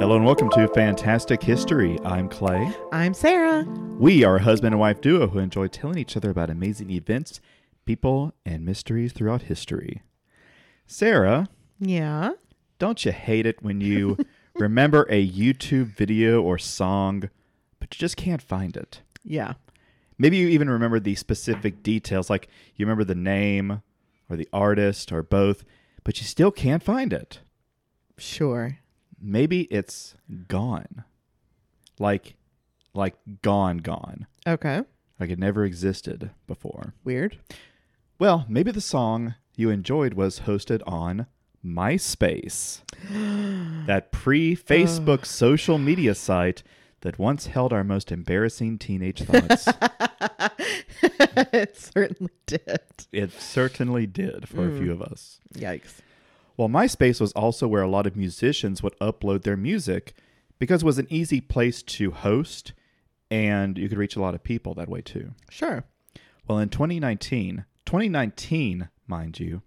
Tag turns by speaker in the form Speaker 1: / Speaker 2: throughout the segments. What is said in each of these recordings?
Speaker 1: Hello and welcome to Fantastic History. I'm Clay.
Speaker 2: I'm Sarah.
Speaker 1: We are a husband and wife duo who enjoy telling each other about amazing events, people, and mysteries throughout history. Sarah,
Speaker 2: Yeah.
Speaker 1: don't you hate it when you remember a YouTube video or song, but you just can't find it?
Speaker 2: Yeah.
Speaker 1: Maybe you even remember the specific details, like you remember the name or the artist or both, but you still can't find it.
Speaker 2: Sure.
Speaker 1: Maybe it's gone. Like like gone gone.
Speaker 2: Okay.
Speaker 1: Like it never existed before.
Speaker 2: Weird.
Speaker 1: Well, maybe the song you enjoyed was hosted on MySpace. that pre-Facebook social media site that once held our most embarrassing teenage thoughts.
Speaker 2: it certainly did.
Speaker 1: it certainly did for a few of us.
Speaker 2: Yikes.
Speaker 1: Well, MySpace was also where a lot of musicians would upload their music because it was an easy place to host and you could reach a lot of people that way too.
Speaker 2: Sure.
Speaker 1: Well, in 2019, 2019, mind you,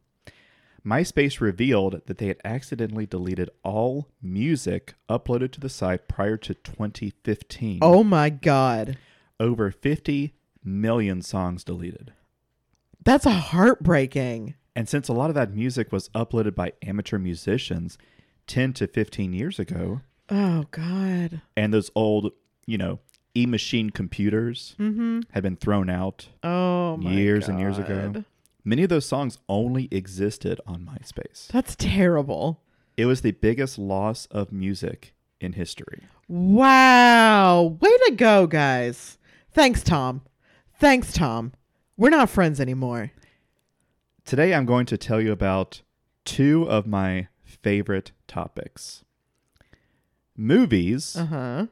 Speaker 1: MySpace revealed that they had accidentally deleted all music uploaded to the site prior to 2015.
Speaker 2: Oh my God.
Speaker 1: Over 50 million songs deleted.
Speaker 2: That's heartbreaking.
Speaker 1: And since a lot of that music was uploaded by amateur musicians 10 to 15 years ago,
Speaker 2: Oh God.
Speaker 1: and those old, you know, e machine computers had been thrown out
Speaker 2: Mm-hmm. Oh my
Speaker 1: years and years ago.
Speaker 2: God.
Speaker 1: Many of those songs only existed on MySpace.
Speaker 2: That's terrible.
Speaker 1: It was the biggest loss of music in history.
Speaker 2: Wow. Way to go, guys. Thanks, Tom. Thanks, Tom. We're not friends anymore.
Speaker 1: Today I'm going to tell you about two of my favorite topics movies
Speaker 2: Uh huh.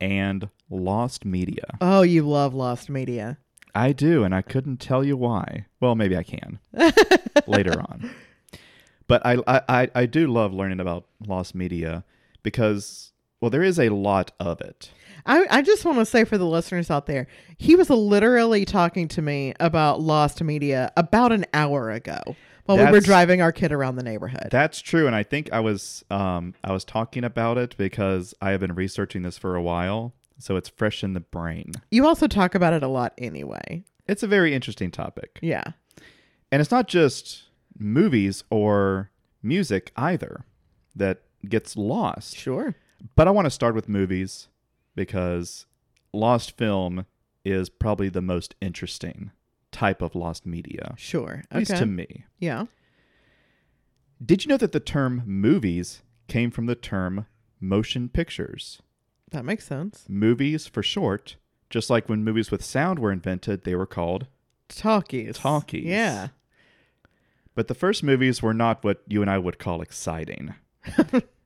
Speaker 1: and lost media.
Speaker 2: Oh, you love lost media.
Speaker 1: I do, and I couldn't tell you why. Well, maybe I can later on. But I, I, I- I do love learning about lost media because, well, there is a lot of it.
Speaker 2: I, I just want to say for the listeners out there, he was literally talking to me about lost media about an hour ago while we were
Speaker 1: That's-
Speaker 2: driving our kid around the neighborhood.
Speaker 1: That's true, and I think I was um, I was talking about it because I have been researching this for a while, so it's fresh in the brain.
Speaker 2: you also talk about it a lot anyway.
Speaker 1: It's a very interesting topic,
Speaker 2: Yeah.
Speaker 1: and it's not just movies or music either that gets lost.
Speaker 2: Sure.
Speaker 1: But I want to start with movies because lost film is probably the most interesting type of lost media,
Speaker 2: Sure.
Speaker 1: at least
Speaker 2: Okay.
Speaker 1: to me.
Speaker 2: yeah.
Speaker 1: Did you know that the term movies came from the term motion pictures?
Speaker 2: That makes sense.
Speaker 1: Movies for short, just like when movies with sound were invented, they were called.
Speaker 2: Talkies.
Speaker 1: Talkies.
Speaker 2: Yeah.
Speaker 1: But the first movies were not what you and I would call exciting.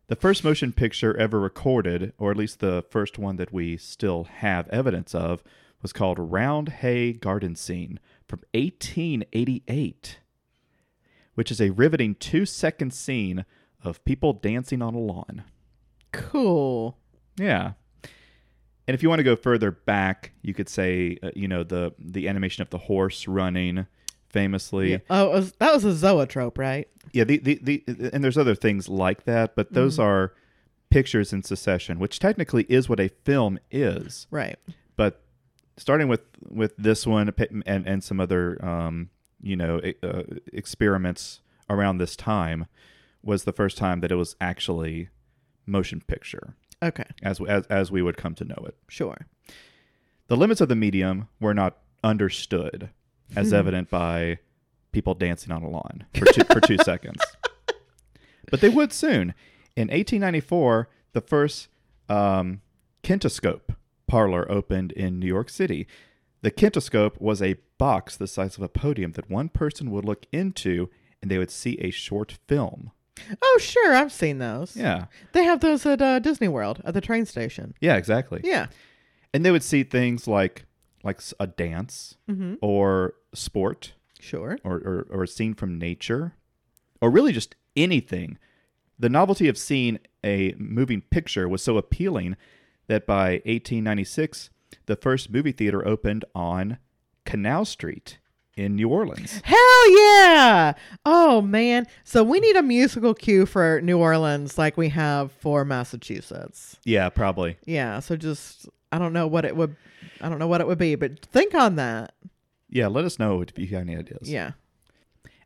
Speaker 1: the first motion picture ever recorded, or at least the first one that we still have evidence of, was called Round Hay Garden Scene from 1888, which is a riveting two second scene of people dancing on a lawn.
Speaker 2: Cool.
Speaker 1: Yeah. And if you want to go further back, you could say, uh, you know, the the animation of the horse running famously.
Speaker 2: Yeah. Oh, it was, that was a zoetrope, right?
Speaker 1: Yeah, the, the, the and there's other things like that, but those are pictures in succession, which technically is what a film is.
Speaker 2: Right.
Speaker 1: But starting with with this one and and some other um, you know e- uh, experiments around this time was the first time that it was actually motion picture
Speaker 2: Okay.
Speaker 1: as as as we would come to know it.
Speaker 2: Sure.
Speaker 1: The limits of the medium were not understood, as evident by people dancing on a lawn for two, for two seconds. But they would soon. In 1894, the first um, kintoscope parlor opened in New York City. The kintoscope was a box the size of a podium that one person would look into and they would see a short film.
Speaker 2: Oh, sure. I've seen those.
Speaker 1: Yeah.
Speaker 2: They have those at uh, Disney World at the train station.
Speaker 1: Yeah, exactly.
Speaker 2: Yeah.
Speaker 1: And they would see things like like s- a dance or sport.
Speaker 2: Sure.
Speaker 1: or, or, or a scene from nature, or really just anything. The novelty of seeing a moving picture was so appealing that by 1896, the first movie theater opened on Canal Street in New Orleans.
Speaker 2: Hell yeah! Oh man. So we need a musical cue for New Orleans like we have for Massachusetts.
Speaker 1: Yeah, probably.
Speaker 2: Yeah, so just I don't know what it would I don't know what it would be, but think on that.
Speaker 1: Yeah, let us know if you have any ideas.
Speaker 2: Yeah.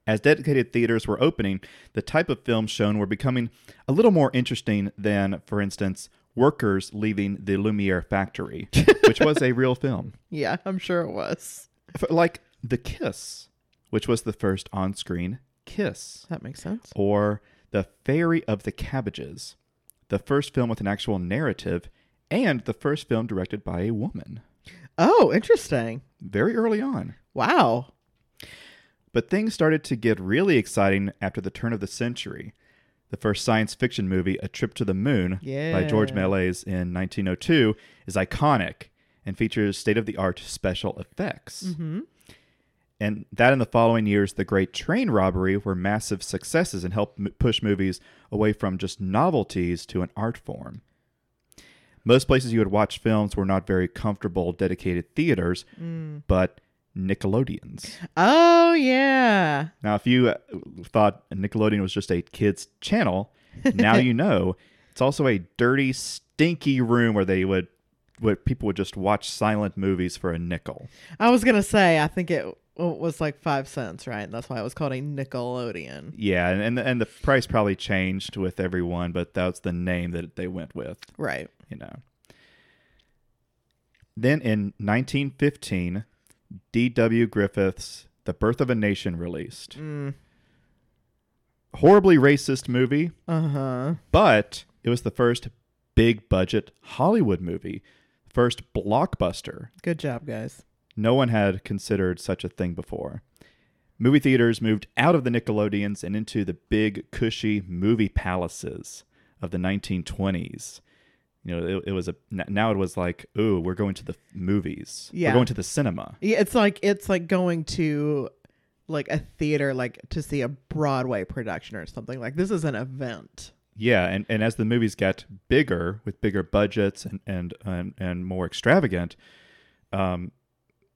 Speaker 1: As dedicated theaters were opening, the type of films shown were becoming a little more interesting than, for instance, Workers Leaving the Lumiere Factory, which was a real film.
Speaker 2: Yeah, I'm sure it was.
Speaker 1: F- Like The Kiss, which was the first on screen kiss,
Speaker 2: That makes sense.
Speaker 1: or The Fairy of the Cabbages, the first film with an actual narrative, and the first film directed by a woman
Speaker 2: Oh, interesting.
Speaker 1: very early on.
Speaker 2: Wow.
Speaker 1: But things started to get really exciting after the turn of the century. The first science fiction movie, A Trip to the Moon, by George
Speaker 2: Yeah.
Speaker 1: Méliès in 1902, is iconic and features state of the art special effects.
Speaker 2: Mhm.
Speaker 1: And that in the following years, The Great Train Robbery were massive successes and helped m- push movies away from just novelties to an art form. Most places you would watch films were not very comfortable, dedicated theaters, but Nickelodeons.
Speaker 2: Oh yeah.
Speaker 1: Now, if you uh, thought Nickelodeon was just a kids' channel, now you know it's also a dirty, stinky room where they would, where people would just watch silent movies for a nickel.
Speaker 2: I was gonna say I think it w- was like five cents, right? That's why it was called a Nickelodeon.
Speaker 1: Yeah, and and the, and the price probably changed with everyone, but that's the name that they went with.
Speaker 2: Right.
Speaker 1: You know. Then in 1915, D.W. Griffith's *The Birth of a Nation* released.
Speaker 2: Mm.
Speaker 1: Horribly racist movie.
Speaker 2: Uh huh.
Speaker 1: but it was the first big budget Hollywood movie, first blockbuster.
Speaker 2: Good job, guys.
Speaker 1: No one had considered such a thing before. Movie theaters moved out of the Nickelodeons and into the big, cushy movie palaces of the 1920s. You know, it, it was a n- now it was like, ooh, we're going to the movies.
Speaker 2: Yeah.
Speaker 1: We're going to the cinema.
Speaker 2: Yeah, it's like it's like going to like a theater, like to see a Broadway production or something. Like this is an event.
Speaker 1: Yeah, and, and as the movies got bigger with bigger budgets and and and, and more extravagant, um,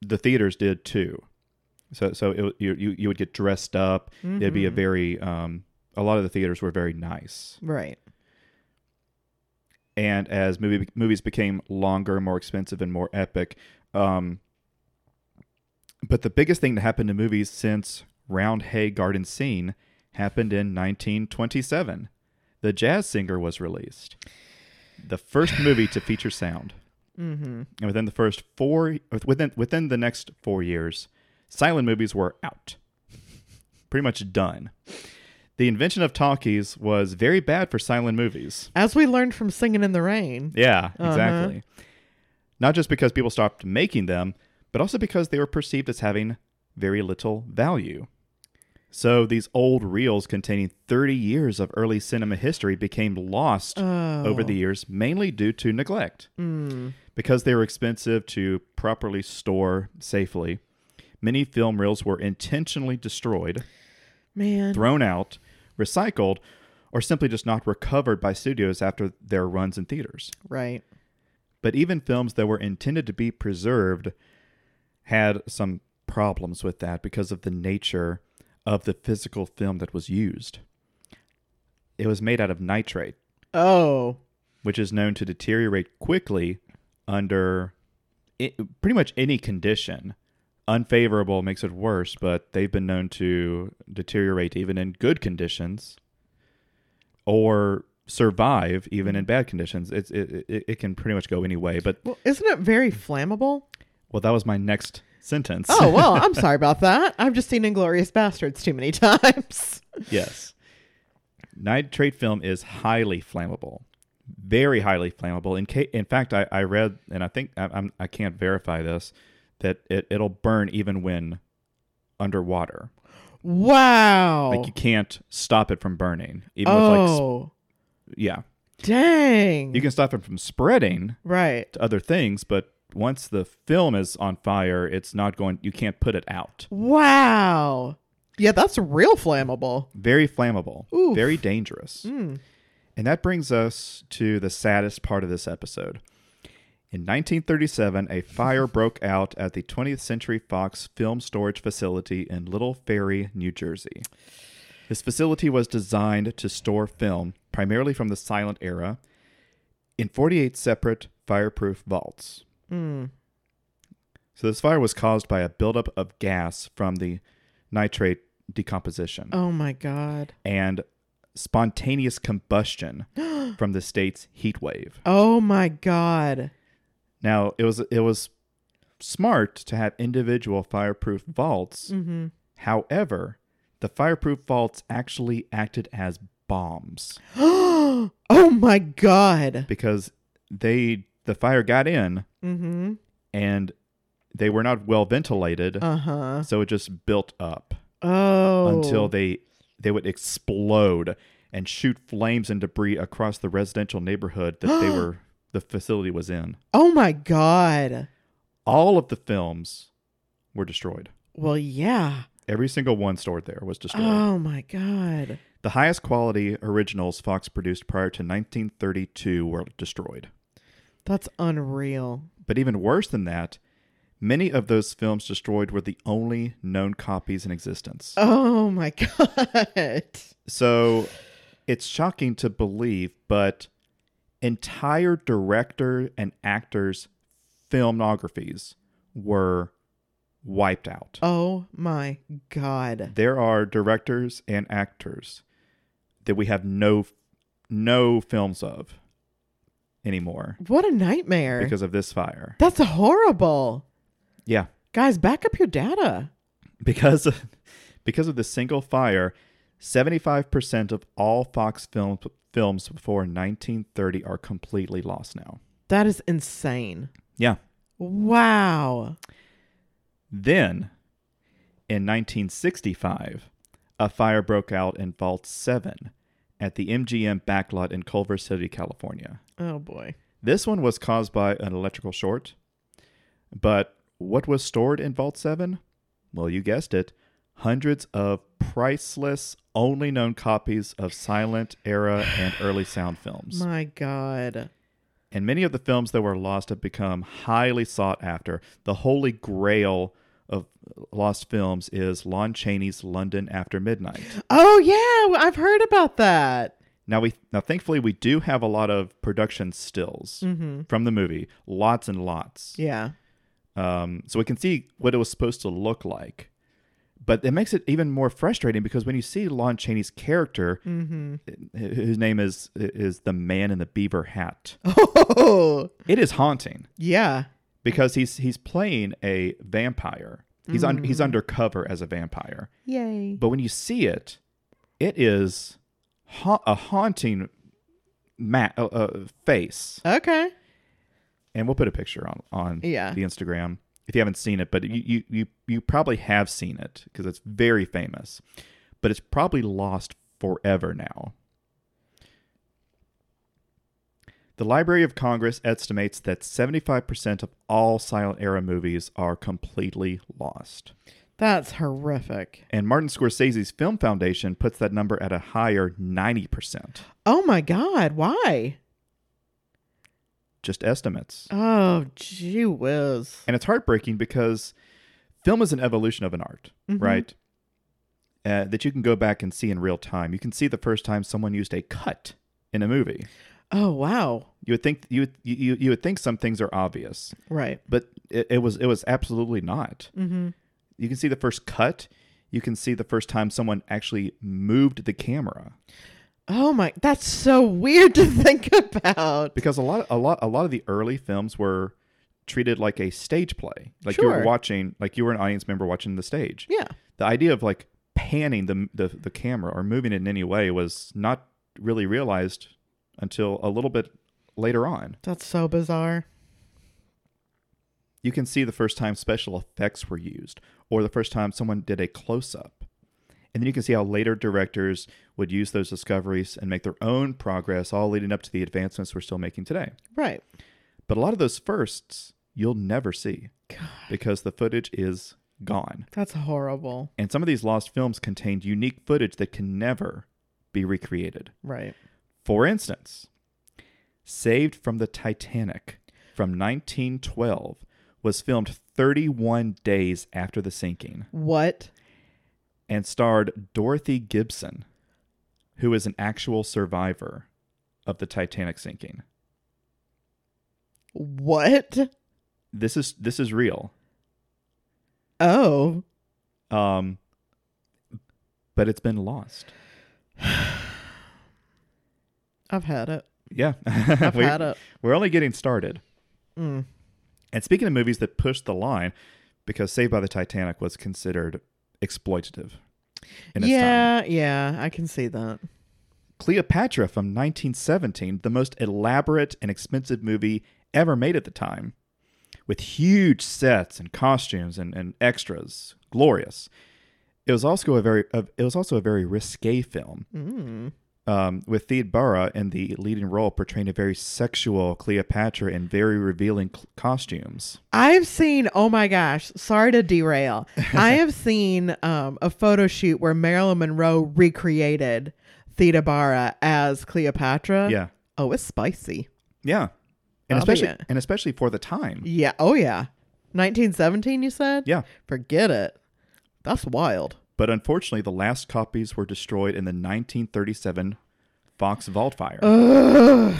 Speaker 1: the theaters did too. So so it, you you you would get dressed up. It'd be a very um, a lot of the theaters were very nice.
Speaker 2: Right.
Speaker 1: And as movie movies became longer, more expensive, and more epic, um, but the biggest thing that happened to movies since Round Hay Garden Scene happened in 1927. The Jazz Singer was released, the first movie to feature sound.
Speaker 2: Mm-hmm.
Speaker 1: And within the first four, within within the next four years, silent movies were out, pretty much done. The invention of talkies was very bad for silent movies.
Speaker 2: As we learned from Singing in the Rain.
Speaker 1: Yeah, exactly. Not just because people stopped making them, but also because they were perceived as having very little value. So these old reels containing 30 years of early cinema history became lost
Speaker 2: Oh.
Speaker 1: over the years, mainly due to neglect. Because they were expensive to properly store safely, many film reels were intentionally destroyed
Speaker 2: man.
Speaker 1: thrown out, recycled, or simply just not recovered by studios after their runs in theaters.
Speaker 2: Right.
Speaker 1: But even films that were intended to be preserved had some problems with that because of the nature of the physical film that was used. It was made out of nitrate,
Speaker 2: Oh.
Speaker 1: which is known to deteriorate quickly under i pretty much any condition. Unfavorable makes it worse, but they've been known to deteriorate even in good conditions or survive even in bad conditions. It's, it, it, it can pretty much go any way. But,
Speaker 2: Well, isn't it very flammable?
Speaker 1: well, that was my next sentence.
Speaker 2: Oh well, I'm sorry about that. I've just seen Inglorious Bastards too many times.
Speaker 1: yes. Nitrate film is highly flammable, very highly flammable. In ca- in fact, I, I read and I think I, I'm I can't verify this that it, it'll burn even when underwater.
Speaker 2: Wow.
Speaker 1: Like you can't stop it from burning, even with like
Speaker 2: oh.
Speaker 1: sp- yeah,
Speaker 2: dang.
Speaker 1: you can stop it from spreading
Speaker 2: right.
Speaker 1: to other things, but once the film is on fire, it's not going. You can't put it out.
Speaker 2: Wow. Yeah, that's real flammable.
Speaker 1: Very flammable.
Speaker 2: Oof.
Speaker 1: Very dangerous.
Speaker 2: Mm.
Speaker 1: And that brings us to the saddest part of this episode. In 1937, a fire broke out at the 20th Century Fox film storage facility in Little Ferry, New Jersey. This facility was designed to store film, primarily from the silent era, in 48 separate fireproof vaults. So, this fire was caused by a buildup of gas from the nitrate decomposition
Speaker 2: Oh my God.
Speaker 1: and spontaneous combustion from the state's heat wave.
Speaker 2: Oh my God.
Speaker 1: Now it was it was smart to have individual fireproof vaults.
Speaker 2: Mhm.
Speaker 1: However, the fireproof vaults actually acted as bombs
Speaker 2: oh my God.
Speaker 1: because they the fire got in
Speaker 2: Mm-hmm.
Speaker 1: and they were not well ventilated,
Speaker 2: Uh huh.
Speaker 1: so it just built up
Speaker 2: Oh.
Speaker 1: until they they would explode and shoot flames and debris across the residential neighborhood that they were the facility was in.
Speaker 2: Oh my God.
Speaker 1: All of the films were destroyed.
Speaker 2: Well, yeah.
Speaker 1: Every single one stored there was destroyed.
Speaker 2: Oh my God.
Speaker 1: The highest quality originals Fox produced prior to 1932 were destroyed.
Speaker 2: That's unreal.
Speaker 1: But even worse than that, many of those films destroyed were the only known copies in existence.
Speaker 2: Oh my God.
Speaker 1: So it's shocking to believe, but entire director and actors' filmographies were wiped out.
Speaker 2: Oh my God.
Speaker 1: there are directors and actors that we have no no films of anymore
Speaker 2: What a nightmare.
Speaker 1: because of this fire.
Speaker 2: That's horrible.
Speaker 1: Yeah,
Speaker 2: Guys, back up your data.
Speaker 1: because of, because of the single fire, 75% of all Fox films films before 1930 are completely lost now.
Speaker 2: That is insane.
Speaker 1: Yeah.
Speaker 2: Wow.
Speaker 1: Then in 1965, a fire broke out in Vault 7 at the MGM backlot in Culver City, California.
Speaker 2: Oh boy.
Speaker 1: This one was caused by an electrical short. But what was stored in Vault 7? Well, you guessed it. Hundreds of priceless, only known copies of silent era and early sound films.
Speaker 2: My God.
Speaker 1: and many of the films that were lost have become highly sought after. The holy grail of lost films is Lon Chaney's London After Midnight.
Speaker 2: Oh yeah, I've heard about that.
Speaker 1: Now we now thankfully we do have a lot of production stills from the movie, lots and lots.
Speaker 2: Yeah.
Speaker 1: um, so we can see what it was supposed to look like. But it makes it even more frustrating because when you see Lon Chaney's character, h- whose name is is the man in the beaver hat,
Speaker 2: Oh
Speaker 1: it is haunting
Speaker 2: yeah.
Speaker 1: because he's he's playing a vampire. He's un, he's undercover as a vampire.
Speaker 2: Yay.
Speaker 1: But when you see it, it is ha- a haunting ma- uh, uh, face.
Speaker 2: Okay.
Speaker 1: and we'll put a picture on on
Speaker 2: Yeah.
Speaker 1: the Instagram if you haven't seen it, but you you you, you probably have seen it because it's very famous, but it's probably lost forever now. The Library of Congress estimates that 75% of all silent era movies are completely lost.
Speaker 2: That's horrific.
Speaker 1: And Martin Scorsese's Film Foundation puts that number at a higher 90%.
Speaker 2: Oh my God. Why?
Speaker 1: Just estimates.
Speaker 2: Oh gee whiz.
Speaker 1: And it's heartbreaking because film is an evolution of an art, right? Uh, that you can go back and see in real time. You can see the first time someone used a cut in a movie.
Speaker 2: Oh wow.
Speaker 1: You would think you would, you you- you would think some things are obvious,
Speaker 2: Right.
Speaker 1: but it, it was it was absolutely not.
Speaker 2: Mm-hmm.
Speaker 1: You can see the first cut. You can see the first time someone actually moved the camera
Speaker 2: Oh my that's so weird to think about.
Speaker 1: because a lot a lot a lot of the early films were treated like a stage play. Like you were
Speaker 2: Sure.
Speaker 1: watching like you were an audience member watching the stage.
Speaker 2: Yeah.
Speaker 1: the idea of like panning the, the the camera or moving it in any way was not really realized until a little bit later on.
Speaker 2: That's so bizarre.
Speaker 1: You can see the first time special effects were used or the first time someone did a close up. And then you can see how later directors would use those discoveries and make their own progress all leading up to the advancements we're still making today.
Speaker 2: Right.
Speaker 1: But a lot of those firsts you'll never see because the footage is gone.
Speaker 2: That's horrible.
Speaker 1: And some of these lost films contained unique footage that can never be recreated.
Speaker 2: Right.
Speaker 1: For instance, Saved from the Titanic from 1912 was filmed 31 days after the sinking
Speaker 2: What?
Speaker 1: and starred Dorothy Gibson, who is an actual survivor of the Titanic sinking.
Speaker 2: What?
Speaker 1: This is this is real.
Speaker 2: Oh.
Speaker 1: Um, but it's been lost.
Speaker 2: I've had it.
Speaker 1: Yeah,
Speaker 2: I've
Speaker 1: we,
Speaker 2: had it.
Speaker 1: we're only getting started.
Speaker 2: Mm.
Speaker 1: And speaking of movies that pushed the line, because Saved by the Titanic was considered exploitative in its time.
Speaker 2: Yeah, yeah, I can see that.
Speaker 1: Cleopatra from 1917, the most elaborate and expensive movie ever made at the time, with huge sets and costumes and, and extras, glorious. It was also a very uh, it was also a very risque film,
Speaker 2: Mm.
Speaker 1: um, with Thea Bara in the leading role portraying a very sexual Cleopatra in very revealing cl- costumes.
Speaker 2: I've seen, oh my gosh, sorry to derail. I have seen um, a photo shoot where Marilyn Monroe recreated Theda Bara as Cleopatra.
Speaker 1: Yeah,
Speaker 2: Oh, it's spicy.
Speaker 1: yeah, and
Speaker 2: I'll be
Speaker 1: especially
Speaker 2: it.
Speaker 1: and especially for the time.
Speaker 2: Yeah. Oh, yeah. 1917, you said?
Speaker 1: Yeah,
Speaker 2: Forget it. That's wild.
Speaker 1: but unfortunately, the last copies were destroyed in the 1937 Fox Vault fire.
Speaker 2: Ugh,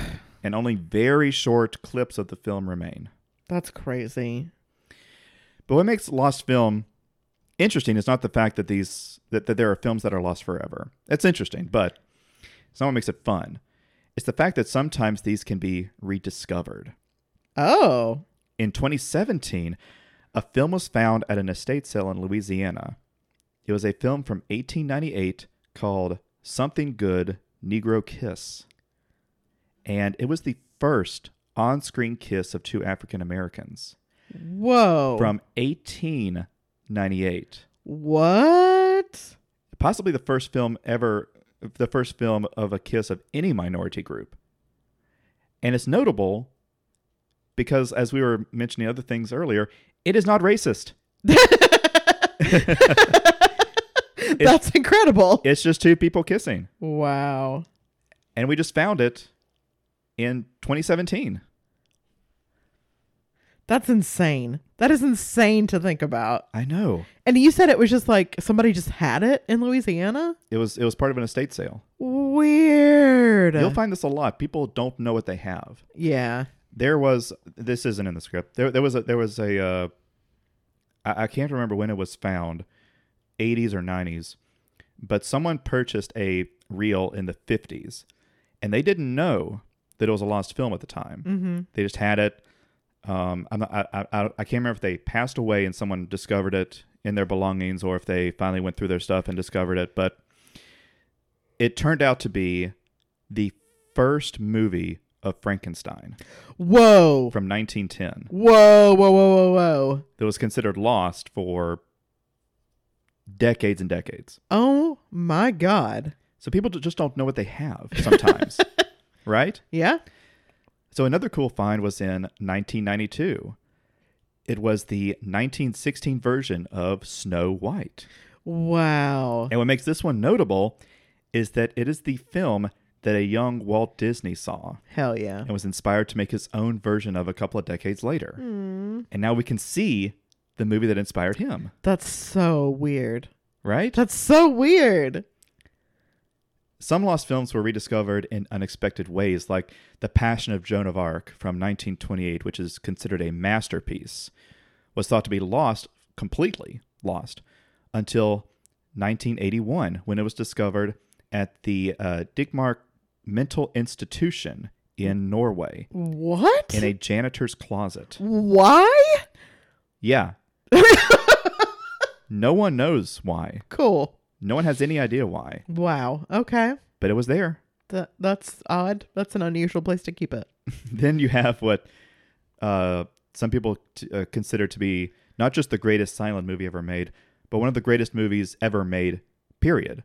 Speaker 1: and only very short clips of the film remain.
Speaker 2: that's crazy.
Speaker 1: But what makes lost film interesting is not the fact that these that, that there are films that are lost forever. That's interesting, but it's not what makes it fun. It's the fact that sometimes these can be rediscovered.
Speaker 2: Oh,
Speaker 1: In 2017, a film was found at an estate sale in Louisiana. It was a film from 1898 called Something Good Negro Kiss. And it was the first on screen kiss of two African Americans
Speaker 2: whoa.
Speaker 1: from 1898.
Speaker 2: what?
Speaker 1: Possibly the first film ever, the first film of a kiss of any minority group. And it's notable because, as we were mentioning other things earlier, it is not racist.
Speaker 2: that's incredible.
Speaker 1: It's just two people kissing.
Speaker 2: wow.
Speaker 1: And we just found it in 2017.
Speaker 2: That's insane. That is insane to think about.
Speaker 1: I know.
Speaker 2: And you said it was just like somebody just had it in Louisiana?
Speaker 1: It was it was part of an estate sale.
Speaker 2: Weird.
Speaker 1: You'll find this a lot. People don't know what they have.
Speaker 2: yeah.
Speaker 1: there was this isn't in the script there there was a there was a uh I, I can't remember when it was found 80s or 90s but someone purchased a reel in the 50s and they didn't know that it was a lost film at the time
Speaker 2: Mm-hmm.
Speaker 1: they just had it um I'm not, I, I I I can't remember if they passed away and someone discovered it in their belongings or if they finally went through their stuff and discovered it but it turned out to be the first movie of Frankenstein
Speaker 2: Whoa.
Speaker 1: from 1910
Speaker 2: Whoa, whoa, whoa, whoa, whoa.
Speaker 1: that was considered lost for decades and decades.
Speaker 2: Oh my God.
Speaker 1: So people ju- just don't know what they have sometimes, right?
Speaker 2: Yeah.
Speaker 1: So another cool find was in 1992. It was the 1916 version of Snow White.
Speaker 2: Wow.
Speaker 1: And what makes this one notable is that it is the film that a young Walt Disney saw
Speaker 2: Hell yeah.
Speaker 1: and was inspired to make his own version of a couple of decades later. And now we can see the movie that inspired him,
Speaker 2: That's so weird.
Speaker 1: right?
Speaker 2: That's so weird.
Speaker 1: Some lost films were rediscovered in unexpected ways, like The Passion of Joan of Arc from 1928, which is considered a masterpiece, was thought to be lost, completely lost, until 1981, when it was discovered at the uh, Digmark Mental Institution in Norway
Speaker 2: What?
Speaker 1: in a janitor's closet.
Speaker 2: Why?
Speaker 1: Yeah. no one knows why.
Speaker 2: Cool.
Speaker 1: No one has any idea why,
Speaker 2: Wow. Okay.
Speaker 1: but it was there.
Speaker 2: That that's odd. That's an unusual place to keep it.
Speaker 1: then you have what uh, some people t- uh, consider to be not just the greatest silent movie ever made, but one of the greatest movies ever made, period.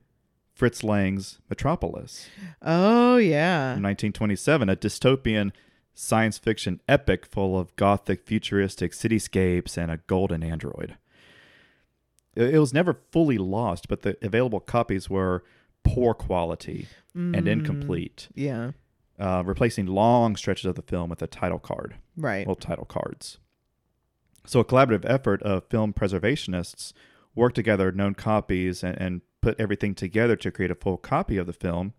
Speaker 1: Fritz Lang's Metropolis
Speaker 2: Oh yeah.
Speaker 1: from 1927, a dystopian science fiction epic full of gothic futuristic cityscapes and a golden android. It it was never fully lost, but the available copies were poor quality and incomplete.
Speaker 2: Yeah.
Speaker 1: uh, replacing long stretches of the film with a title card,
Speaker 2: Right.
Speaker 1: well, title cards. So, a collaborative effort of film preservationists worked together known copies and, and put everything together to create a full copy of the film.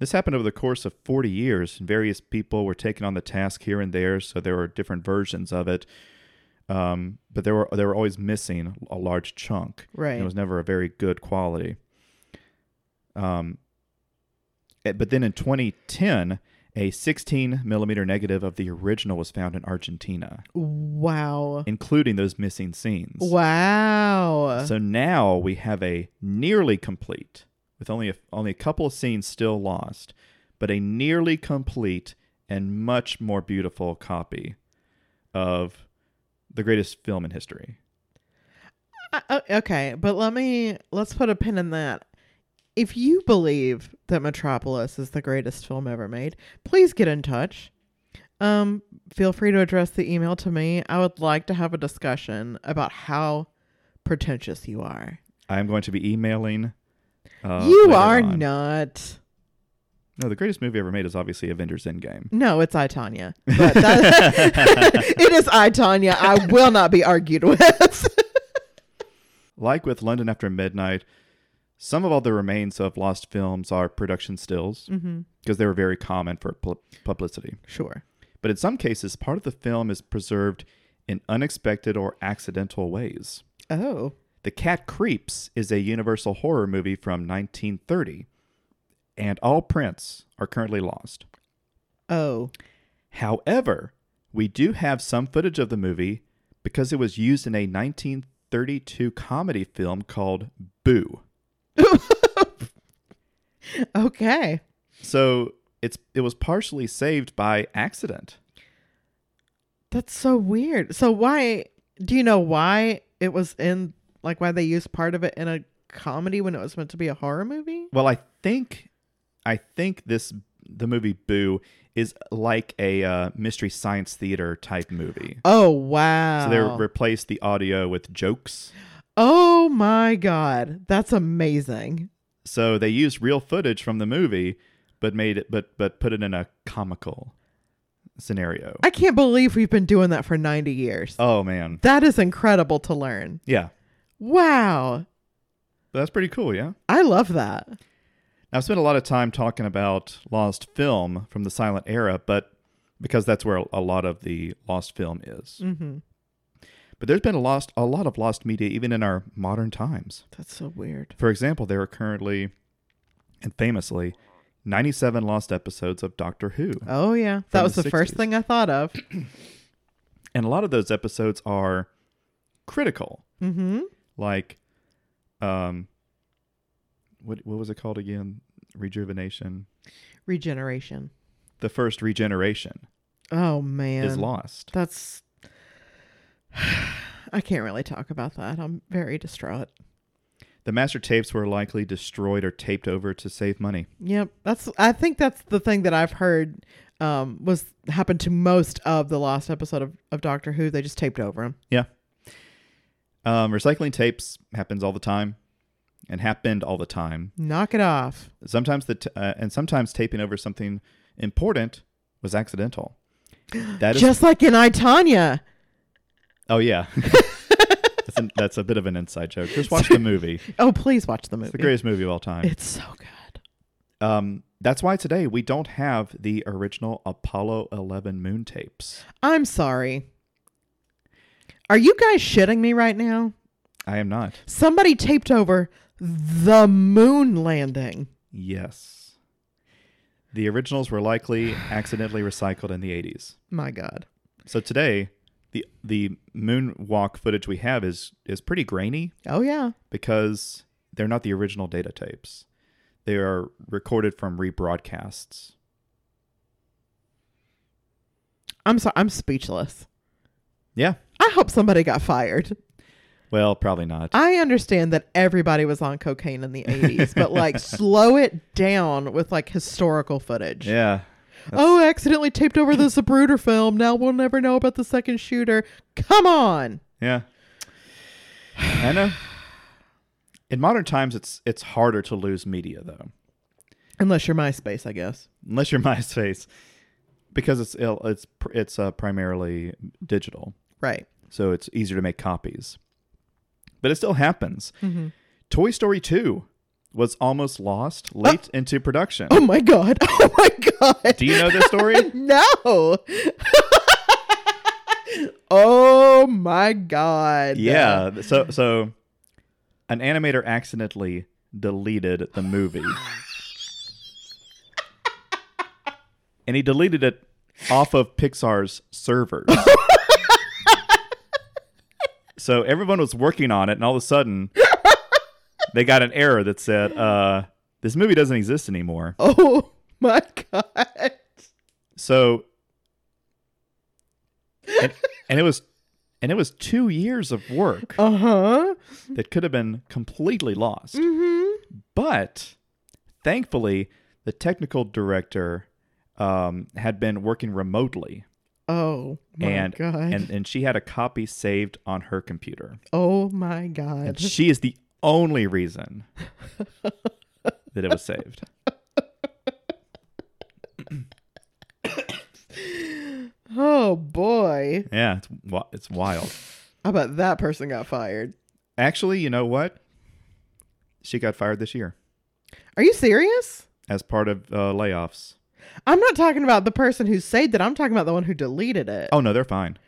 Speaker 1: This happened over the course of 40 years, and various people were taking on the task here and there, so there were different versions of it. Um, but there were they were always missing a large chunk.
Speaker 2: Right.
Speaker 1: It was never a very good quality. Um, eh, but then in 2010, a 16 millimeter negative of the original was found in Argentina,
Speaker 2: wow.
Speaker 1: including those missing scenes.
Speaker 2: Wow.
Speaker 1: So now we have a nearly complete, with only a, only a couple of scenes still lost, but a nearly complete and much more beautiful copy of the greatest film in history.
Speaker 2: I- I- Uh, okay, but let me let's put a pin in that. If you believe that Metropolis is the greatest film ever made, please get in touch. Um, feel free to address the email to me. I would like to have a discussion about how pretentious you are.
Speaker 1: I'm going to be emailing. Uh,
Speaker 2: you
Speaker 1: later
Speaker 2: are
Speaker 1: on.
Speaker 2: not.
Speaker 1: No, the greatest movie ever made is obviously Avengers Endgame.
Speaker 2: No, it's I Tanya. But that- it is I Tanya. I will not be argued with.
Speaker 1: Like with London After Midnight, some of all the remains of lost films are production stills because
Speaker 2: Mhm.
Speaker 1: they were very common for pu- publicity.
Speaker 2: Sure.
Speaker 1: But in some cases, part of the film is preserved in unexpected or accidental ways.
Speaker 2: Oh.
Speaker 1: The Cat Creeps is a universal horror movie from 1930, and all prints are currently lost.
Speaker 2: Oh.
Speaker 1: However, we do have some footage of the movie because it was used in a 1932 comedy film called Boo.
Speaker 2: Okay.
Speaker 1: So it's it was partially saved by accident.
Speaker 2: That's so weird. So why do you know why it was in like why they used part of it in a comedy when it was meant to be a horror movie?
Speaker 1: Well, I think I think this the movie Boo is like a uh, mystery science theater type movie.
Speaker 2: Oh wow.
Speaker 1: So they replaced the audio with jokes.
Speaker 2: oh my god. That's amazing.
Speaker 1: So they used real footage from the movie, but made it but but put it in a comical scenario.
Speaker 2: I can't believe we've been doing that for 90 years.
Speaker 1: Oh man,
Speaker 2: That is incredible to learn.
Speaker 1: yeah,
Speaker 2: Wow.
Speaker 1: that's pretty cool. Yeah,
Speaker 2: I love that.
Speaker 1: I've spent a lot of time talking about lost film from the silent era, but because that's where a lot of the lost film is.
Speaker 2: Mhm.
Speaker 1: But there's been a lost a lot of lost media even in our modern times.
Speaker 2: That's so weird.
Speaker 1: For example, there are currently and famously 97 lost episodes of Doctor Who.
Speaker 2: Oh yeah.
Speaker 1: From
Speaker 2: That was
Speaker 1: the
Speaker 2: the, first
Speaker 1: 60s.
Speaker 2: thing I thought of.
Speaker 1: And a lot of those episodes are critical.
Speaker 2: mhm.
Speaker 1: Like um what what was it called again? Rejuvenation.
Speaker 2: Regeneration.
Speaker 1: The first regeneration
Speaker 2: Oh man.
Speaker 1: is lost.
Speaker 2: That's. I can't really talk about that. I'm very distraught.
Speaker 1: The master tapes were likely destroyed or taped over to save money.
Speaker 2: Yep, that's. I think that's the thing that I've heard um, was happened to most of the last episode of, of Doctor Who. They just taped over him.
Speaker 1: Yeah. Um, recycling tapes happens all the time and happened all the time.
Speaker 2: Knock it off.
Speaker 1: Sometimes the t- uh, and sometimes taping over something important was accidental. That is
Speaker 2: just like in I Tanya.
Speaker 1: Oh yeah. that's, an, that's a bit of an inside joke. Just watch the movie. It's
Speaker 2: Oh, please watch the movie.
Speaker 1: the greatest movie of all time.
Speaker 2: It's so good.
Speaker 1: Um, that's why today we don't have the original Apollo 11 moon tapes.
Speaker 2: I'm sorry. Are you guys shitting me right now?
Speaker 1: I am not.
Speaker 2: Somebody taped over the moon landing.
Speaker 1: Yes. The originals were likely accidentally recycled in the 80s.
Speaker 2: My God.
Speaker 1: So today, the the moonwalk footage we have is is pretty grainy
Speaker 2: Oh yeah.
Speaker 1: because they're not the original data tapes. They are recorded from rebroadcasts.
Speaker 2: I'm sorry. I'm speechless.
Speaker 1: Yeah.
Speaker 2: I hope somebody got fired.
Speaker 1: Well, probably not.
Speaker 2: I understand that everybody was on cocaine in the 80s, but like slow it down with like historical footage.
Speaker 1: Yeah.
Speaker 2: oh, I accidentally taped over the Zapruder film. Now we'll never know about the second shooter. Come on.
Speaker 1: Yeah. I know. In modern times it's it's harder to lose media though.
Speaker 2: Unless you're MySpace, I guess.
Speaker 1: unless you're MySpace, because it's it's it's uh, primarily digital,
Speaker 2: Right.
Speaker 1: so it's easier to make copies. But it still happens. Toy Story Two was almost lost late into production.
Speaker 2: Oh my god. Oh my god.
Speaker 1: Do you know this story?
Speaker 2: no. oh my god.
Speaker 1: yeah. So so, an animator accidentally deleted the movie, and he deleted it off of Pixar's servers. so everyone was working on it, and all of a sudden, they got an error that said, uh, "This movie doesn't exist anymore."
Speaker 2: Oh my god.
Speaker 1: So, and, and it was, and it was two years of work
Speaker 2: Uh huh.
Speaker 1: that could have been completely lost.
Speaker 2: Mm
Speaker 1: But thankfully, the technical director um, had been working remotely,
Speaker 2: hmm. Oh my
Speaker 1: and,
Speaker 2: god.
Speaker 1: and and she had a copy saved on her computer,
Speaker 2: oh my god.
Speaker 1: and she is the only reason that it was saved.
Speaker 2: oh boy.
Speaker 1: Yeah, it's wi- it's wild.
Speaker 2: I bet that person got fired.
Speaker 1: Actually, you know what? She got fired this year
Speaker 2: Are you serious?
Speaker 1: as part of uh, layoffs.
Speaker 2: I'm not talking about the person who saved it. I'm talking about the one who deleted it.
Speaker 1: Oh no, they're fine.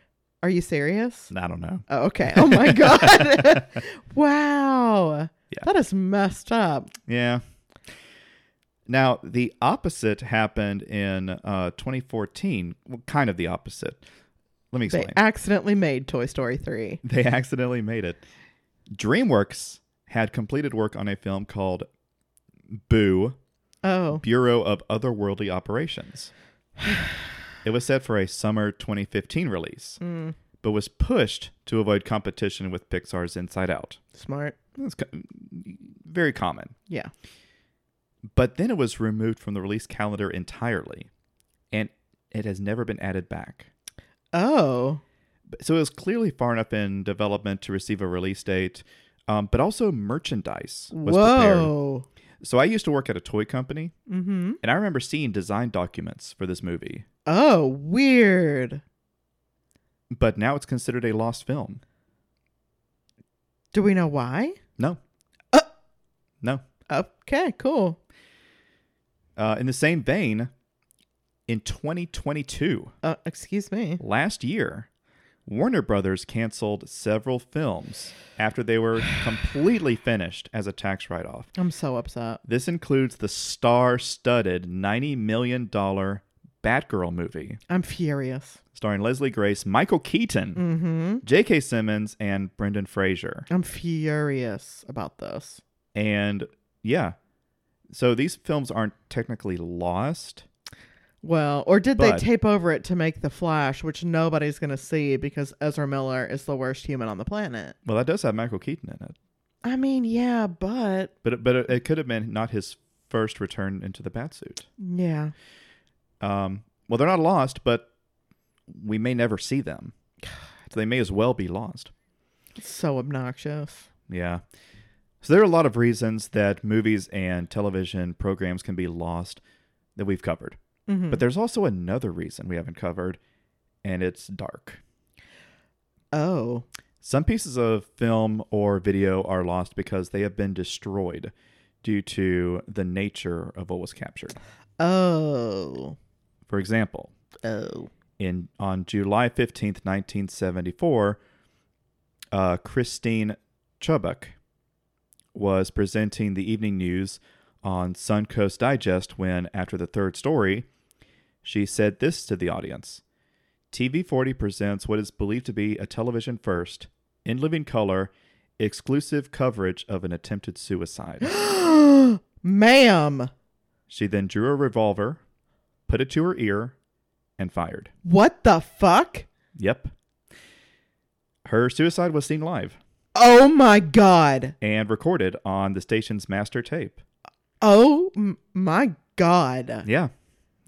Speaker 2: Are you serious?
Speaker 1: I don't know.
Speaker 2: Oh, okay. Oh my god. wow.
Speaker 1: Yeah.
Speaker 2: That is messed up.
Speaker 1: Yeah. Now, the opposite happened in uh, 2014. Well, kind of the opposite. Let me
Speaker 2: They
Speaker 1: explain.
Speaker 2: accidentally made Toy Story 3.
Speaker 1: They, accidentally made it. DreamWorks had completed work on a film called Boo
Speaker 2: Oh.
Speaker 1: Bureau of Otherworldly Operations. it was set for a summer 2015 release,
Speaker 2: Mm,
Speaker 1: but was pushed to avoid competition with Pixar's Inside Out.
Speaker 2: smart.
Speaker 1: That's co- very common.
Speaker 2: Yeah.
Speaker 1: but then it was removed from the release calendar entirely and it has never been added back
Speaker 2: Oh.
Speaker 1: But- so it was clearly far enough in development to receive a release date um, but also merchandise was prepared
Speaker 2: Whoa.
Speaker 1: so i used to work at a toy company
Speaker 2: Mhm.
Speaker 1: and i remember seeing design documents for this movie
Speaker 2: Oh, weird.
Speaker 1: but now it's considered a lost film
Speaker 2: Do we know why?
Speaker 1: no no
Speaker 2: Okay, cool.
Speaker 1: uh, in the same vein in 2022
Speaker 2: Uh, excuse me.
Speaker 1: last year, Warner Brothers canceled several films after they were completely finished as a tax write off.
Speaker 2: I'm so upset.
Speaker 1: This includes the star studded $90 million Batgirl movie
Speaker 2: I'm furious.
Speaker 1: starring Leslie Grace, Michael Keaton,
Speaker 2: Mhm.
Speaker 1: J.K. Simmons, and Brendan Fraser.
Speaker 2: I'm furious about this.
Speaker 1: And yeah, so these films aren't technically lost.
Speaker 2: Well, or did they
Speaker 1: But-
Speaker 2: tape over it to make the Flash, which nobody's going to see because Ezra Miller is the worst human on the planet?
Speaker 1: Well, that does have Michael Keaton in it,
Speaker 2: I mean, yeah, but
Speaker 1: but it, but it, it could have been not his first return into the Batsuit.
Speaker 2: yeah.
Speaker 1: Um, well, they're not lost, but we may never see them. So they may as well be lost.
Speaker 2: It's so obnoxious.
Speaker 1: Yeah. So there are a lot of reasons that movies and television programs can be lost that we've covered.
Speaker 2: Mhm.
Speaker 1: But there's also another reason we haven't covered, and it's dark.
Speaker 2: Oh,
Speaker 1: Some pieces of film or video are lost because they have been destroyed due to the nature of what was captured.
Speaker 2: oh,
Speaker 1: For example,
Speaker 2: oh.
Speaker 1: in on July 15th, 1974, uh, Christine Chubbuck was presenting the evening news on Suncoast Digest when, after the third story, she said this to the audience TV 40 presents what is believed to be a television first, in living color, exclusive coverage of an attempted suicide.
Speaker 2: Ma'am,
Speaker 1: she then drew a revolver, put it to her ear, and fired.
Speaker 2: what the fuck?
Speaker 1: Yep. Her suicide was seen live
Speaker 2: Oh my god.
Speaker 1: and recorded on the station's master tape.
Speaker 2: Oh m- my god.
Speaker 1: Yeah.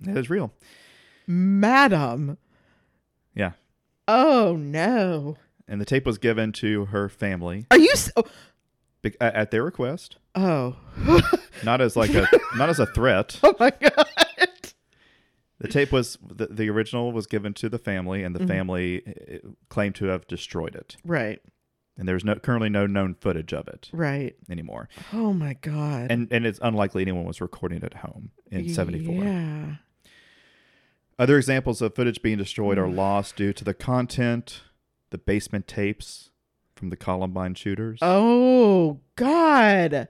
Speaker 1: It is real.
Speaker 2: Madam.
Speaker 1: Yeah.
Speaker 2: Oh no.
Speaker 1: And the tape was given to her family.
Speaker 2: Are you s- oh,
Speaker 1: be- a- at their request,
Speaker 2: Oh.
Speaker 1: not as like a not as a threat.
Speaker 2: oh my god.
Speaker 1: The tape was the, the original was given to the family, and the family uh, claimed to have destroyed it.
Speaker 2: Right.
Speaker 1: And there's no currently no known footage of it
Speaker 2: Right.
Speaker 1: anymore,
Speaker 2: Oh my god.
Speaker 1: and and it's unlikely anyone was recording it at home in '74.
Speaker 2: Yeah.
Speaker 1: Other examples of footage being destroyed
Speaker 2: Mm.
Speaker 1: are lost due to the content, the basement tapes from the Columbine shooters,
Speaker 2: Oh god.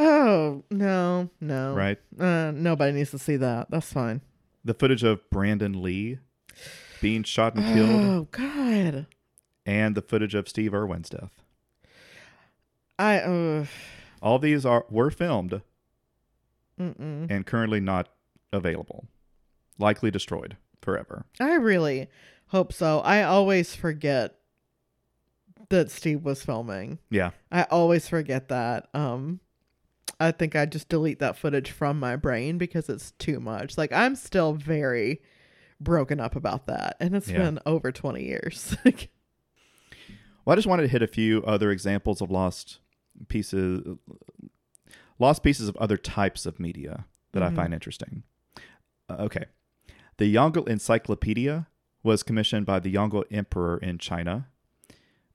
Speaker 2: Oh no no.
Speaker 1: right?
Speaker 2: Uh, nobody needs to see that. That's fine.
Speaker 1: The footage of Brandon Lee being shot and killed,
Speaker 2: Oh god.
Speaker 1: and the footage of Steve Irwin's death.
Speaker 2: I. Uh,
Speaker 1: All these are were filmed
Speaker 2: mm-mm.
Speaker 1: and currently not available. Likely destroyed forever.
Speaker 2: I really hope so. I always forget that Steve was filming.
Speaker 1: Yeah.
Speaker 2: I always forget that. Um I think I just delete that footage from my brain because it's too much. Like I'm still very broken up about that and it's
Speaker 1: Yeah.
Speaker 2: been over 20 years. Like,
Speaker 1: Well, I just wanted to hit a few other examples of lost pieces, lost pieces of other types of media that
Speaker 2: Mhm.
Speaker 1: I find interesting. Uh, okay, the Yongle Encyclopedia was commissioned by the Yongle Emperor in China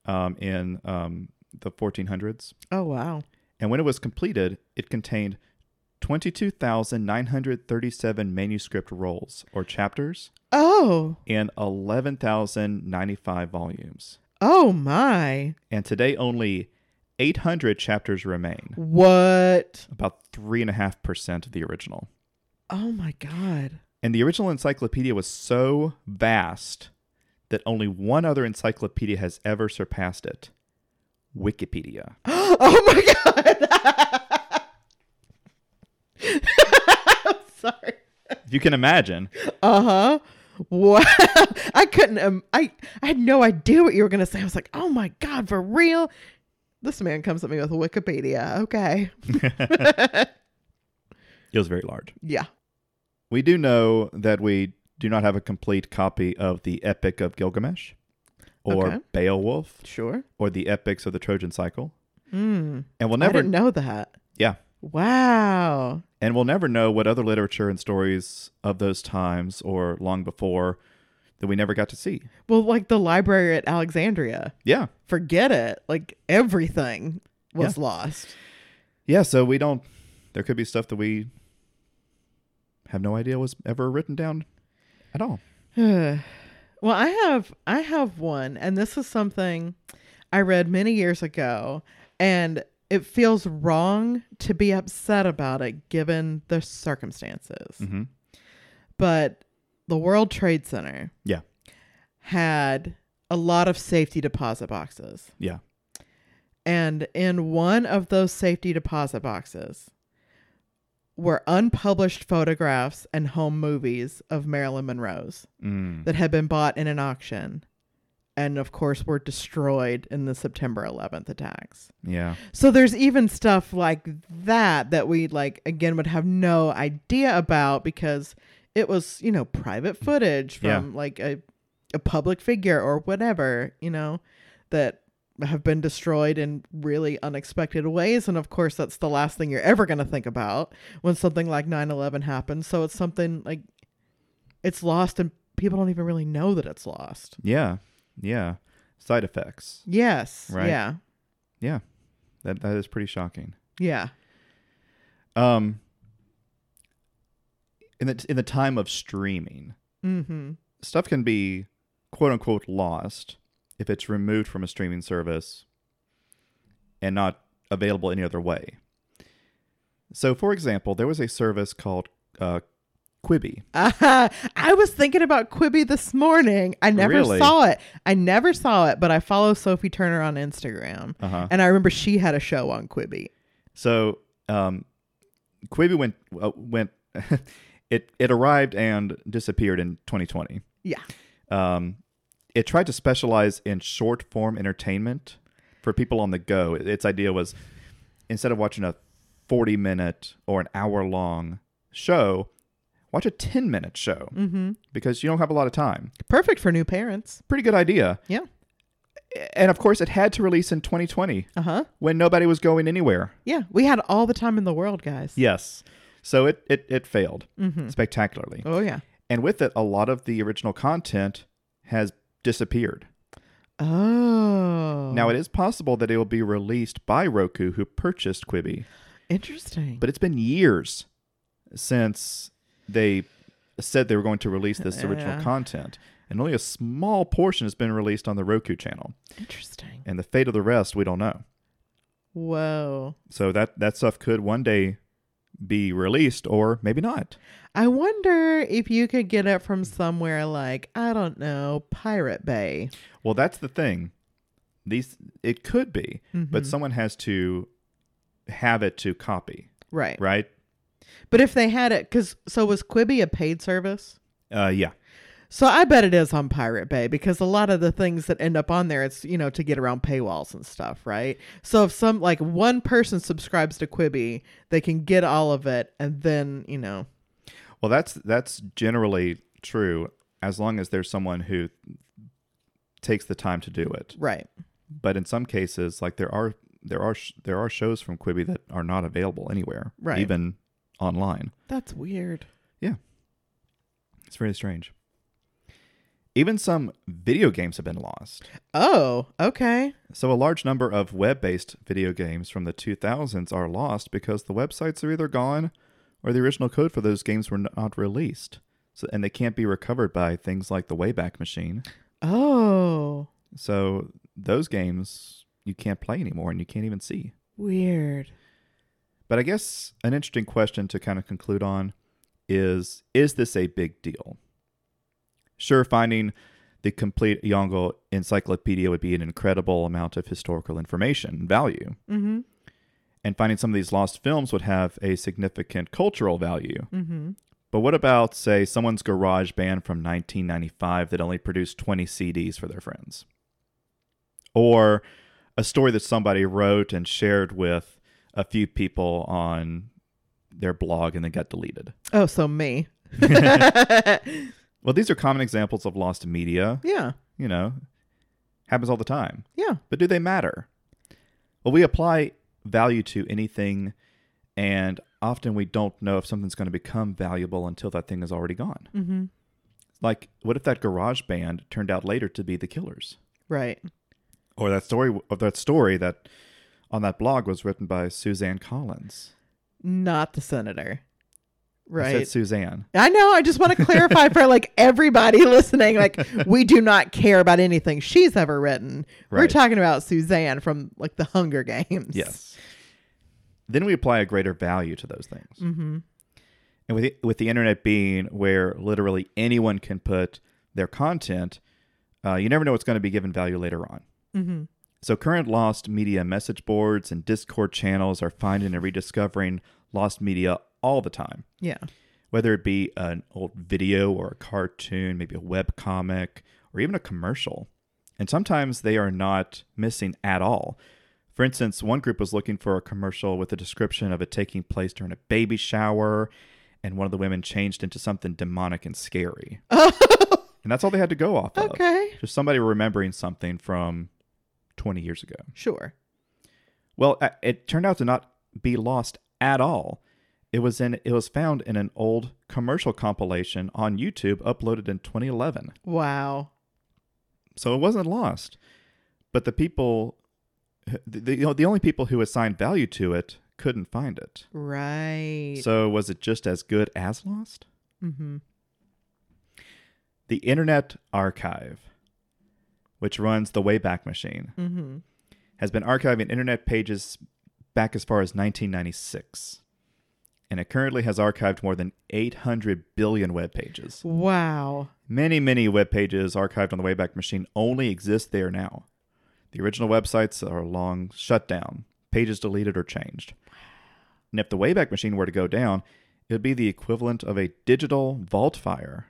Speaker 1: um, in um, the 1400s,
Speaker 2: oh wow.
Speaker 1: and when it was completed, it contained 22,937 manuscript rolls or chapters
Speaker 2: Oh.
Speaker 1: in 11,095 volumes
Speaker 2: Oh my.
Speaker 1: and today only 800 chapters remain,
Speaker 2: What?
Speaker 1: about 3.5% of the original.
Speaker 2: Oh my god.
Speaker 1: And the original encyclopedia was so vast that only one other encyclopedia has ever surpassed it Wikipedia.
Speaker 2: Oh my god. I'm sorry.
Speaker 1: You can imagine.
Speaker 2: Uh huh. Wow. I couldn't. Um, I I had no idea what you were gonna say. I was like, oh my god, for real. This man comes at me with Wikipedia. Okay.
Speaker 1: It was very large.
Speaker 2: Yeah.
Speaker 1: We do know that we do not have a complete copy of the Epic of Gilgamesh or
Speaker 2: Okay.
Speaker 1: Beowulf
Speaker 2: Sure.
Speaker 1: or the Epics of the Trojan Cycle.
Speaker 2: Mm.
Speaker 1: And we'll
Speaker 2: I
Speaker 1: never
Speaker 2: didn't know that.
Speaker 1: Yeah.
Speaker 2: Wow.
Speaker 1: And we'll never know what other literature and stories of those times or long before that we never got to see.
Speaker 2: Well, like the library at Alexandria.
Speaker 1: Yeah.
Speaker 2: Forget it. Like everything was lost.
Speaker 1: Yeah. So we don't, there could be stuff that we have no idea was ever written down at all.
Speaker 2: well, I have I have one, and this is something I read many years ago, and it feels wrong to be upset about it given the circumstances.
Speaker 1: Mm-hmm.
Speaker 2: But the World Trade Center
Speaker 1: Yeah.
Speaker 2: had a lot of safety deposit boxes.
Speaker 1: Yeah.
Speaker 2: And in one of those safety deposit boxes were unpublished photographs and home movies of Marilyn Monroe's
Speaker 1: Mm.
Speaker 2: that had been bought in an auction and of course were destroyed in the September 11th attacks.
Speaker 1: Yeah.
Speaker 2: So there's even stuff like that that we like again would have no idea about because it was, you know, private footage
Speaker 1: Yeah.
Speaker 2: from like a a public figure or whatever, you know, that have been destroyed in really unexpected ways and of course that's the last thing you're ever going to think about when something like 9/11 happens. So it's something like it's lost and people don't even really know that it's lost.
Speaker 1: Yeah. Yeah. Side effects.
Speaker 2: Yes.
Speaker 1: Right.
Speaker 2: Yeah.
Speaker 1: Yeah. That, that is pretty shocking.
Speaker 2: Yeah.
Speaker 1: Um, in the, in the time of streaming,
Speaker 2: Mhm.
Speaker 1: stuff can be quote unquote lost if it's removed from a streaming service and not available any other way. So, for example, there was a service called uh, Quibi.
Speaker 2: Uh, I was thinking about Quibi this morning. I never
Speaker 1: Really?
Speaker 2: saw it. I never saw it, but I follow Sophie Turner on Instagram.
Speaker 1: Uh-huh.
Speaker 2: And I remember she had a show on Quibi.
Speaker 1: So, um, Quibi went uh, went it it arrived and disappeared in 2020.
Speaker 2: Yeah.
Speaker 1: Um, it tried to specialize in short form entertainment for people on the go. Its idea was instead of watching a 40 minute or an hour long show, watch a 10 minute show
Speaker 2: Mm-hmm.
Speaker 1: because you don't have a lot of time.
Speaker 2: Perfect for new parents.
Speaker 1: Pretty good idea.
Speaker 2: Yeah.
Speaker 1: and of course, it had to release in 2020
Speaker 2: Uh huh.
Speaker 1: when nobody was going anywhere.
Speaker 2: Yeah, we had all the time in the world, guys.
Speaker 1: Yes. So it it, it failed spectacularly.
Speaker 2: Oh yeah.
Speaker 1: And with it, a lot of the original content has disappeared.
Speaker 2: Oh.
Speaker 1: Now, it is possible that it will be released by Roku, who purchased Quibi,
Speaker 2: interesting.
Speaker 1: but it's been years since they said they were going to release this original
Speaker 2: Yeah.
Speaker 1: content. And only a small portion has been released on the Roku channel.
Speaker 2: interesting.
Speaker 1: And the fate of the rest, we don't know.
Speaker 2: Whoa.
Speaker 1: So that, that stuff could one day be released or maybe not.
Speaker 2: I wonder if you could get it from somewhere like I don't know Pirate Bay.
Speaker 1: Well, that's the thing. These it could be, but someone has to have it to copy,
Speaker 2: Right.
Speaker 1: right?
Speaker 2: But if they had it, because so was Quibi a paid service?
Speaker 1: Uh, yeah,
Speaker 2: So I bet it is on Pirate Bay because a lot of the things that end up on there, it's you know to get around paywalls and stuff, right? So if some like one person subscribes to Quibi, they can get all of it, and then you know,
Speaker 1: Well, that's that's generally true as long as there's someone who takes the time to do it.
Speaker 2: right?
Speaker 1: But in some cases, like there are there are sh- there are shows from Quibi that are not available anywhere,
Speaker 2: Right.
Speaker 1: Even online.
Speaker 2: That's weird.
Speaker 1: It's really strange. Even some video games have been lost.
Speaker 2: Oh, okay.
Speaker 1: So a large number of web-based video games from the 2000s are lost because the websites are either gone or the original code for those games were not released. So and they can't be recovered by things like the Wayback Machine.
Speaker 2: Oh,
Speaker 1: So those games you can't play anymore and you can't even see.
Speaker 2: weird.
Speaker 1: But I guess an interesting question to kind of conclude on is is this a big deal? Sure, finding the complete Yongle encyclopedia would be an incredible amount of historical information and value.
Speaker 2: Mm-hmm.
Speaker 1: And finding some of these lost films would have a significant cultural value.
Speaker 2: Mm-hmm.
Speaker 1: But what about, say, someone's garage band from 1995 that only produced 20 CDs for their friends? Or a story that somebody wrote and shared with a few people on their blog and then got deleted.
Speaker 2: Oh, so me. yeah.
Speaker 1: Well, these are common examples of lost media, you know, happens all the time.
Speaker 2: Yeah.
Speaker 1: But do they matter? Well, we apply value to anything, and often we don't know if something's going to become valuable until that thing is already gone.
Speaker 2: Mm-hmm.
Speaker 1: Like, what if that garage band turned out later to be the killers?
Speaker 2: Right.
Speaker 1: Or that story of that story that on that blog was written by Suzanne Collins.
Speaker 2: Not the senator.
Speaker 1: I
Speaker 2: Right.
Speaker 1: said Suzanne.
Speaker 2: I know. I just want to clarify for like everybody listening. Like, we do not care about anything she's ever written. We're
Speaker 1: Right.
Speaker 2: talking about Suzanne from like the Hunger Games.
Speaker 1: Yes. Then we apply a greater value to those things.
Speaker 2: Mm-hmm.
Speaker 1: And with the, with the internet being where literally anyone can put their content, uh, you never know what's going to be given value later on.
Speaker 2: Mm-hmm.
Speaker 1: So, current lost media message boards and Discord channels are finding and rediscovering lost media all the time,
Speaker 2: Yeah.
Speaker 1: whether it be an old video or a cartoon, maybe a web comic, or even a commercial. And sometimes they are not missing at all. For instance, one group was looking for a commercial with a description of it taking place during a baby shower, and one of the women changed into something demonic and scary. and that's all they had to go off of.
Speaker 2: Okay.
Speaker 1: Just somebody remembering something from 20 years ago.
Speaker 2: Sure.
Speaker 1: Well, a- it turned out to not be lost at all. It was in it was found in an old commercial compilation on YouTube uploaded in 2011.
Speaker 2: Wow.
Speaker 1: So it wasn't lost. But the people the, the, you know, the only people who assigned value to it couldn't find it.
Speaker 2: Right.
Speaker 1: So was it just as good as lost?
Speaker 2: mm-hmm.
Speaker 1: The Internet Archive, which runs the Wayback Machine,
Speaker 2: Mm-hmm.
Speaker 1: has been archiving internet pages back as far as 1996. And it currently has archived more than 800 billion web pages.
Speaker 2: Wow.
Speaker 1: Many, many web pages archived on the Wayback Machine only exist there now. The original websites are long shut down, pages deleted or changed. And if the Wayback Machine were to go down, it would be the equivalent of a digital vault fire.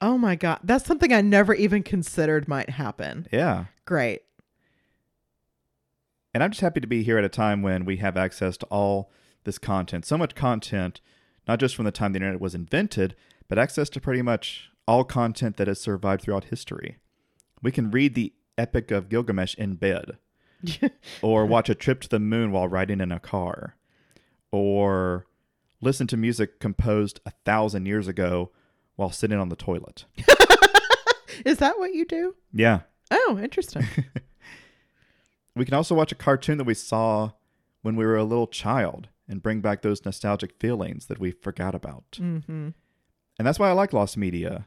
Speaker 2: Oh my God. That's something I never even considered might happen.
Speaker 1: Yeah.
Speaker 2: Great.
Speaker 1: And I'm just happy to be here at a time when we have access to all this content. So much content, not just from the time the internet was invented, but access to pretty much all content that has survived throughout history. We can read the Epic of Gilgamesh in bed, or watch a trip to the moon while riding in a car, or listen to music composed a thousand years ago while sitting on the toilet.
Speaker 2: Is that what you do?
Speaker 1: Yeah.
Speaker 2: Oh, interesting.
Speaker 1: We can also watch a cartoon that we saw when we were a little child and bring back those nostalgic feelings that we forgot about.
Speaker 2: mm-hmm.
Speaker 1: And that's why I like lost media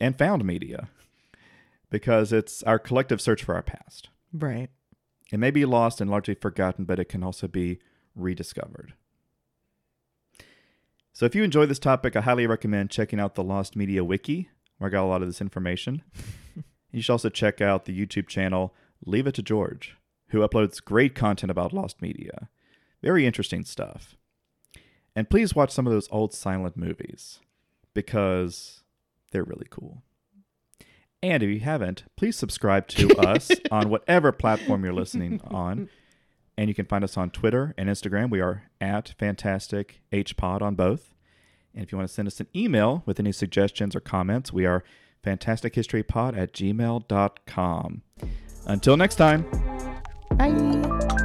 Speaker 1: and found media because it's our collective search for our past.
Speaker 2: Right.
Speaker 1: It may be lost and largely forgotten, but it can also be rediscovered. So if you enjoy this topic, I highly recommend checking out the Lost Media Wiki, where I got a lot of this information. you should also check out the YouTube channel Leave It to George, who uploads great content about lost media. Very interesting stuff. And please watch some of those old silent movies because they're really cool. And if you haven't, please subscribe to us on whatever platform you're listening on. And you can find us on Twitter and Instagram. We are at Fantastic HPod on both. And if you want to send us an email with any suggestions or comments, we are fantastichistorypod at gmail.com. Until next time.
Speaker 2: Bye.